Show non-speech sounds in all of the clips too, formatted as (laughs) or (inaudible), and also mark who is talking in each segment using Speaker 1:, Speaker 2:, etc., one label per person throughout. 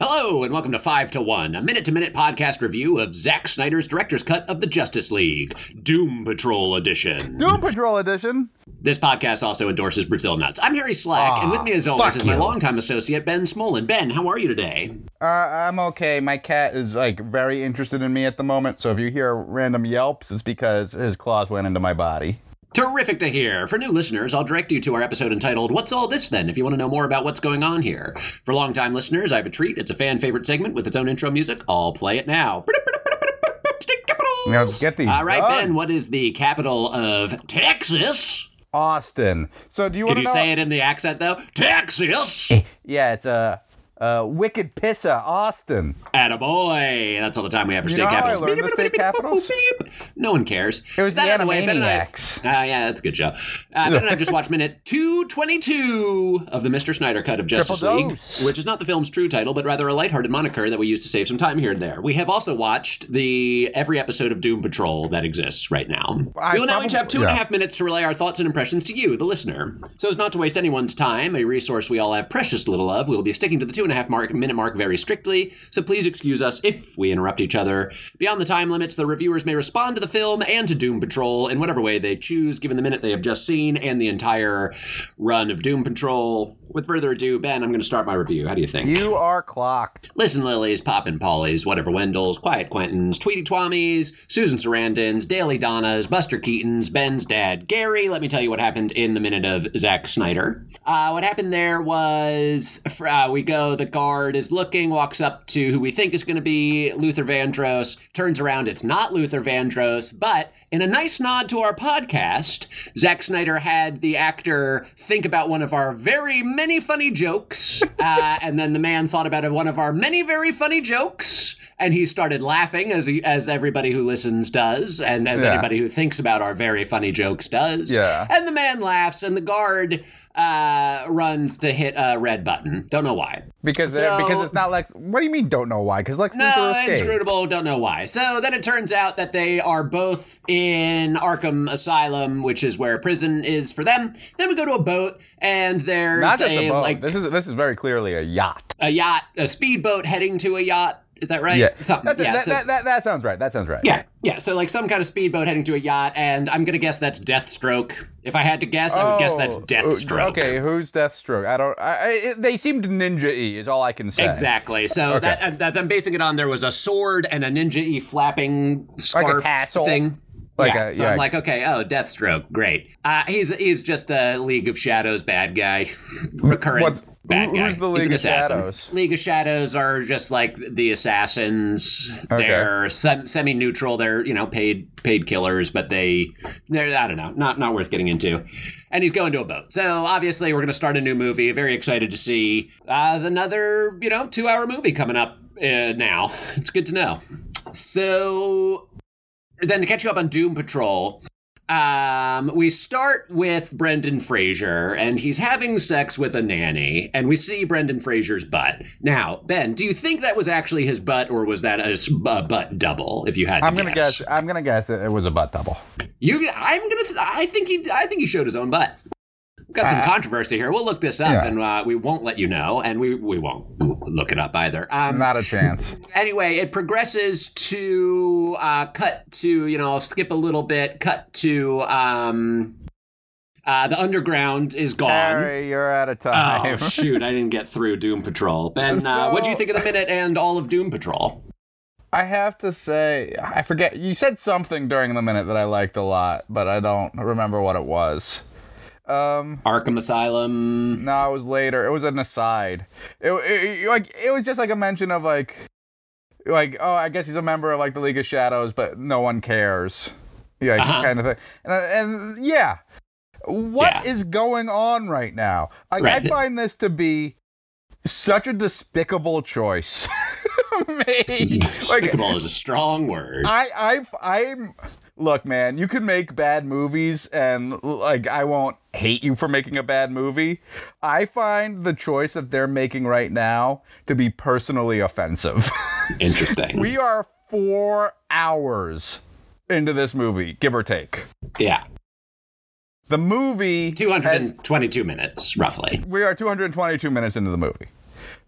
Speaker 1: Hello, and welcome to 5 to 1, a minute to minute podcast review of Zack Snyder's director's cut of the Justice League, Doom Patrol Edition.
Speaker 2: Doom Patrol edition.
Speaker 1: This podcast also endorses Brazil Nuts. I'm Harry Slack, and with me as always
Speaker 2: Ah, fuck
Speaker 1: is my
Speaker 2: you.
Speaker 1: longtime associate, Ben Smolin. Ben, how are you today?
Speaker 2: Uh, I'm okay. My cat is like very interested in me at the moment, so if you hear random yelps, it's because his claws went into my body.
Speaker 1: Terrific to hear. For new listeners, I'll direct you to our episode entitled What's All This Then? if you want to know more about what's going on here. For longtime listeners, I have a treat. It's a fan favorite segment with its own intro music. I'll play it now.
Speaker 2: Now get these.
Speaker 1: All right,
Speaker 2: done.
Speaker 1: Ben, what is the capital of Texas?
Speaker 2: Austin. So do you want
Speaker 1: Could
Speaker 2: to
Speaker 1: you
Speaker 2: know?
Speaker 1: say it in the accent though? Texas!
Speaker 2: yeah, it's a uh, uh, wicked pissa, Austin.
Speaker 1: Attaboy! That's all the time we have for
Speaker 2: You
Speaker 1: state
Speaker 2: know how I
Speaker 1: capitals.
Speaker 2: learned the state capitals?
Speaker 1: No one cares.
Speaker 2: It was
Speaker 1: That
Speaker 2: the
Speaker 1: out of way, Ben and I-
Speaker 2: Animaniacs.
Speaker 1: Ah, yeah, that's a good show. Uh, ben and I just watched minute 222 of the Mr. Snyder cut of Justice
Speaker 2: Triple
Speaker 1: League,
Speaker 2: dose.
Speaker 1: which is not the film's true title, but rather a lighthearted moniker that we use to save some time here and there. We have also watched the every episode of Doom Patrol that exists right now.
Speaker 2: I
Speaker 1: we will now each
Speaker 2: probably-
Speaker 1: have two and a half
Speaker 2: yeah.
Speaker 1: minutes to relay our thoughts and impressions to you, the listener. So as not to waste anyone's time, a resource we all have precious little of, we'll be sticking to the two and a half mark, minute mark very strictly. So please excuse us if we interrupt each other. Beyond the time limits, the reviewers may respond to the film and to Doom Patrol in whatever way they choose, given the minute they have just seen and the entire run of Doom Patrol. With further ado, Ben, I'm going to start my review. How do you think?
Speaker 2: You are clocked.
Speaker 1: Listen Lilies, Poppin' Pollies, Whatever Wendels, Quiet Quentins, Tweety Twommies, Susan Sarandons, Daily Donnas, Buster Keatons, Ben's dad, Gary. Let me tell you what happened in the minute of Zack Snyder. Uh, what happened there was fr- uh, we go, the guard is looking, walks up to who we think is going to be Luther Vandross, turns around, it's not Luther Vandross, but in a nice nod to our podcast, Zack Snyder had the actor think about one of our very many funny jokes, (laughs) uh, and then the man thought about one of our many very funny jokes, and he started laughing as he, as everybody who listens does, and as
Speaker 2: Yeah.
Speaker 1: anybody who thinks about our very funny jokes does.
Speaker 2: Yeah.
Speaker 1: And the man laughs, and the guard uh, runs to hit a red button. Don't know why.
Speaker 2: Because uh,
Speaker 1: So-
Speaker 2: because it's not Lex. What do you mean? Don't know why? Because Lex
Speaker 1: No,
Speaker 2: Luthor escaped.
Speaker 1: Uh, inscrutable. Don't know why. So then it turns out that they are both in Arkham Asylum, which is where prison is for them. Then we go to a boat, and there's
Speaker 2: Not just a boat.
Speaker 1: like
Speaker 2: this is this is very clearly a yacht.
Speaker 1: a yacht, a speedboat heading to a yacht. Is that right? Something.
Speaker 2: That's-
Speaker 1: yeah.
Speaker 2: that,
Speaker 1: so-
Speaker 2: that, that, that sounds right. That sounds right.
Speaker 1: yeah. Yeah. So like some kind of speedboat heading to a yacht, and I'm gonna guess that's Deathstroke. If I had to guess, I would guess that's
Speaker 2: Oh,
Speaker 1: Deathstroke.
Speaker 2: Okay, who's Deathstroke? I don't. I, I, it- they seemed ninja-y is all I can say.
Speaker 1: Exactly. So that, uh, that's I'm basing it on. There was a sword and a ninja e flapping scarf
Speaker 2: tassel.
Speaker 1: thing.
Speaker 2: Like
Speaker 1: yeah.
Speaker 2: a-
Speaker 1: so
Speaker 2: yeah.
Speaker 1: I'm like, okay, oh, Deathstroke, great. Uh, he's he's just a League of Shadows bad guy, (laughs) recurrent
Speaker 2: What's-
Speaker 1: bad
Speaker 2: who-
Speaker 1: guy.
Speaker 2: who's the
Speaker 1: he's
Speaker 2: League
Speaker 1: an
Speaker 2: of
Speaker 1: assassin.
Speaker 2: Shadows?
Speaker 1: League of Shadows are just like the assassins.
Speaker 2: Okay.
Speaker 1: They're sem- semi-neutral. They're you know paid paid killers, but they they're I don't know, not not worth getting into. And he's going to a boat. So obviously we're going to start a new movie. Very excited to see uh, another you know two hour movie coming up uh, now. It's good to know. So then to catch you up on Doom Patrol. Um, we start with Brendan Fraser, and he's having sex with a nanny, and we see Brendan Fraser's butt. Now, Ben, do you think that was actually his butt, or was that a, s- a butt double? If you had, to
Speaker 2: I'm gonna guess. I'm gonna guess it, it was a butt double.
Speaker 1: You, I'm gonna. I think he. I think he showed his own butt. We've got some controversy here. We'll look this up,
Speaker 2: Uh, Yeah.
Speaker 1: and uh, we won't let you know, and we we won't look it up either. Um,
Speaker 2: Not
Speaker 1: (laughs)
Speaker 2: a chance.
Speaker 1: anyway, it progresses to uh, cut to you know I'll skip a little bit. Cut to um, uh, the underground is gone.
Speaker 2: Harry, you're out of
Speaker 1: Oh (laughs)
Speaker 2: time.
Speaker 1: shoot! I didn't get through Doom Patrol. Ben, uh, what do you
Speaker 2: So-
Speaker 1: think of the minute and all of Doom Patrol?
Speaker 2: I have to say, I forget. You said something during the minute that I liked a lot, but I don't remember what it was. Um.
Speaker 1: Arkham Asylum.
Speaker 2: No, it was later. It was an aside. It, it- it- like it was just like a mention of like like oh, I guess he's a member of like the League of Shadows, but no one cares. Yeah, like,
Speaker 1: Uh-huh.
Speaker 2: kind of thing. And, and yeah, what is
Speaker 1: Yeah.
Speaker 2: going on right now? Like,
Speaker 1: Right.
Speaker 2: I find this to be such a despicable choice. (laughs) Me. (laughs) Like,
Speaker 1: Mm-hmm.
Speaker 2: uh,
Speaker 1: Despicable is a strong word.
Speaker 2: I I I'm look, man. You can make bad movies, and like I won't hate you for making a bad movie. I find the choice that they're making right now to be personally offensive. (laughs)
Speaker 1: Interesting.
Speaker 2: we are four hours into this movie, give or take.
Speaker 1: yeah,
Speaker 2: The movie
Speaker 1: two hundred
Speaker 2: has-
Speaker 1: and twenty-two minutes roughly.
Speaker 2: we are 222 minutes into the movie.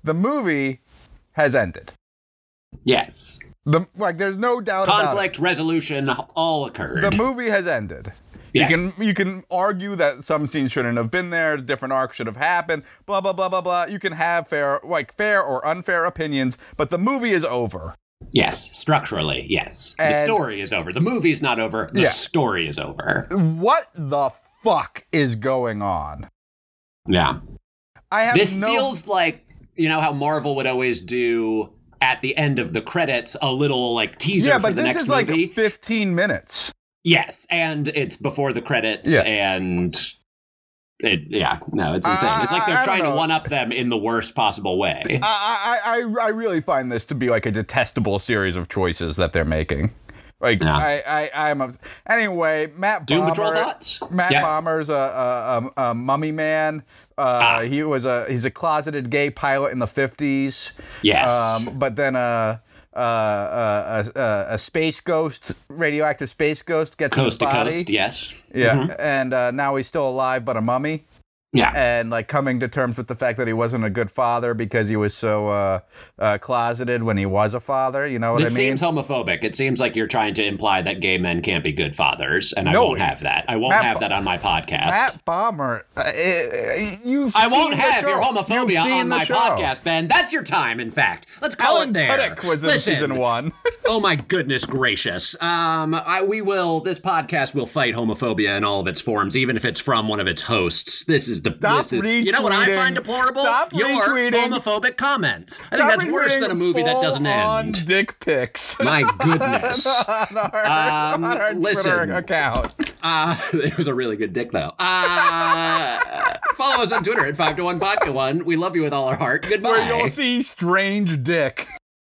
Speaker 2: The movie has ended.
Speaker 1: Yes.
Speaker 2: The like, there's no doubt about it.
Speaker 1: Conflict resolution all occurred.
Speaker 2: The movie has ended.
Speaker 1: Yeah.
Speaker 2: You can you can argue that some scenes shouldn't have been there, different arcs should have happened, blah blah blah blah blah. You can have fair like fair or unfair opinions, but the movie is over.
Speaker 1: yes. Structurally, yes. the
Speaker 2: And-
Speaker 1: story is over. The movie's not over. The
Speaker 2: Yeah.
Speaker 1: story is over.
Speaker 2: What the fuck is going on?
Speaker 1: Yeah.
Speaker 2: I have
Speaker 1: This
Speaker 2: no
Speaker 1: feels like you know how Marvel would always do at the end of the credits a little like teaser
Speaker 2: Yeah,
Speaker 1: for
Speaker 2: but
Speaker 1: the
Speaker 2: this
Speaker 1: next
Speaker 2: is like
Speaker 1: movie.
Speaker 2: 15 minutes.
Speaker 1: Yes, and it's before the credits,
Speaker 2: Yeah.
Speaker 1: and it, yeah, no, it's insane. it's like
Speaker 2: I- I-
Speaker 1: they're
Speaker 2: I
Speaker 1: trying
Speaker 2: don't
Speaker 1: to
Speaker 2: know. Uh,
Speaker 1: one up them in the worst possible way.
Speaker 2: I, I, I, I really find this to be like a detestable series of choices that they're making. Like
Speaker 1: Yeah.
Speaker 2: I, I, I'm ups- anyway. Matt
Speaker 1: Doom
Speaker 2: Bomber,
Speaker 1: Patrol thoughts?
Speaker 2: Matt
Speaker 1: Yeah.
Speaker 2: Bomber's a, a, a, a mummy man. Uh,
Speaker 1: Ah.
Speaker 2: He was a he's a closeted gay pilot in the fifties.
Speaker 1: Yes.
Speaker 2: Um, but then a a, a, a a space ghost, radioactive space ghost, gets
Speaker 1: coast
Speaker 2: his
Speaker 1: to
Speaker 2: body.
Speaker 1: coast, Mm-hmm. yes.
Speaker 2: Yeah, and uh, now he's still alive, but a mummy
Speaker 1: Yeah.
Speaker 2: and like coming to terms with the fact that he wasn't a good father because he was so uh, uh, closeted when he was a father. You know what
Speaker 1: This
Speaker 2: I mean?
Speaker 1: seems homophobic. It seems like you're trying to imply that gay men can't be good fathers, and I
Speaker 2: No,
Speaker 1: won't have that. I won't
Speaker 2: Matt-
Speaker 1: have that on my podcast.
Speaker 2: Matt Bomber, uh, uh, you.
Speaker 1: I won't
Speaker 2: the
Speaker 1: have
Speaker 2: show.
Speaker 1: your
Speaker 2: You've
Speaker 1: homophobia
Speaker 2: seen
Speaker 1: on
Speaker 2: the
Speaker 1: my
Speaker 2: show.
Speaker 1: podcast, Ben. That's your time, in fact. Let's call
Speaker 2: Alan
Speaker 1: it there.
Speaker 2: Tudyk was in
Speaker 1: Listen,
Speaker 2: season one.
Speaker 1: (laughs) oh my goodness gracious. Um, I, we will. This podcast will fight homophobia in all of its forms, even if it's from one of its hosts. This is the.
Speaker 2: Stop
Speaker 1: this is, you know what I
Speaker 2: retweeting.
Speaker 1: find deplorable?
Speaker 2: Stop
Speaker 1: your
Speaker 2: retweeting.
Speaker 1: homophobic comments. I think that's worse than a movie that doesn't
Speaker 2: on
Speaker 1: end.
Speaker 2: Dick pics. (laughs)
Speaker 1: My goodness.
Speaker 2: on our,
Speaker 1: Um,
Speaker 2: on our
Speaker 1: listen.
Speaker 2: Twitter account.
Speaker 1: Uh, (laughs) it was a really good dick, though. Uh, follow us on Twitter at 5 to 1 Vodka 1. We love you with all our heart. Goodbye.
Speaker 2: Where you'll see strange dick.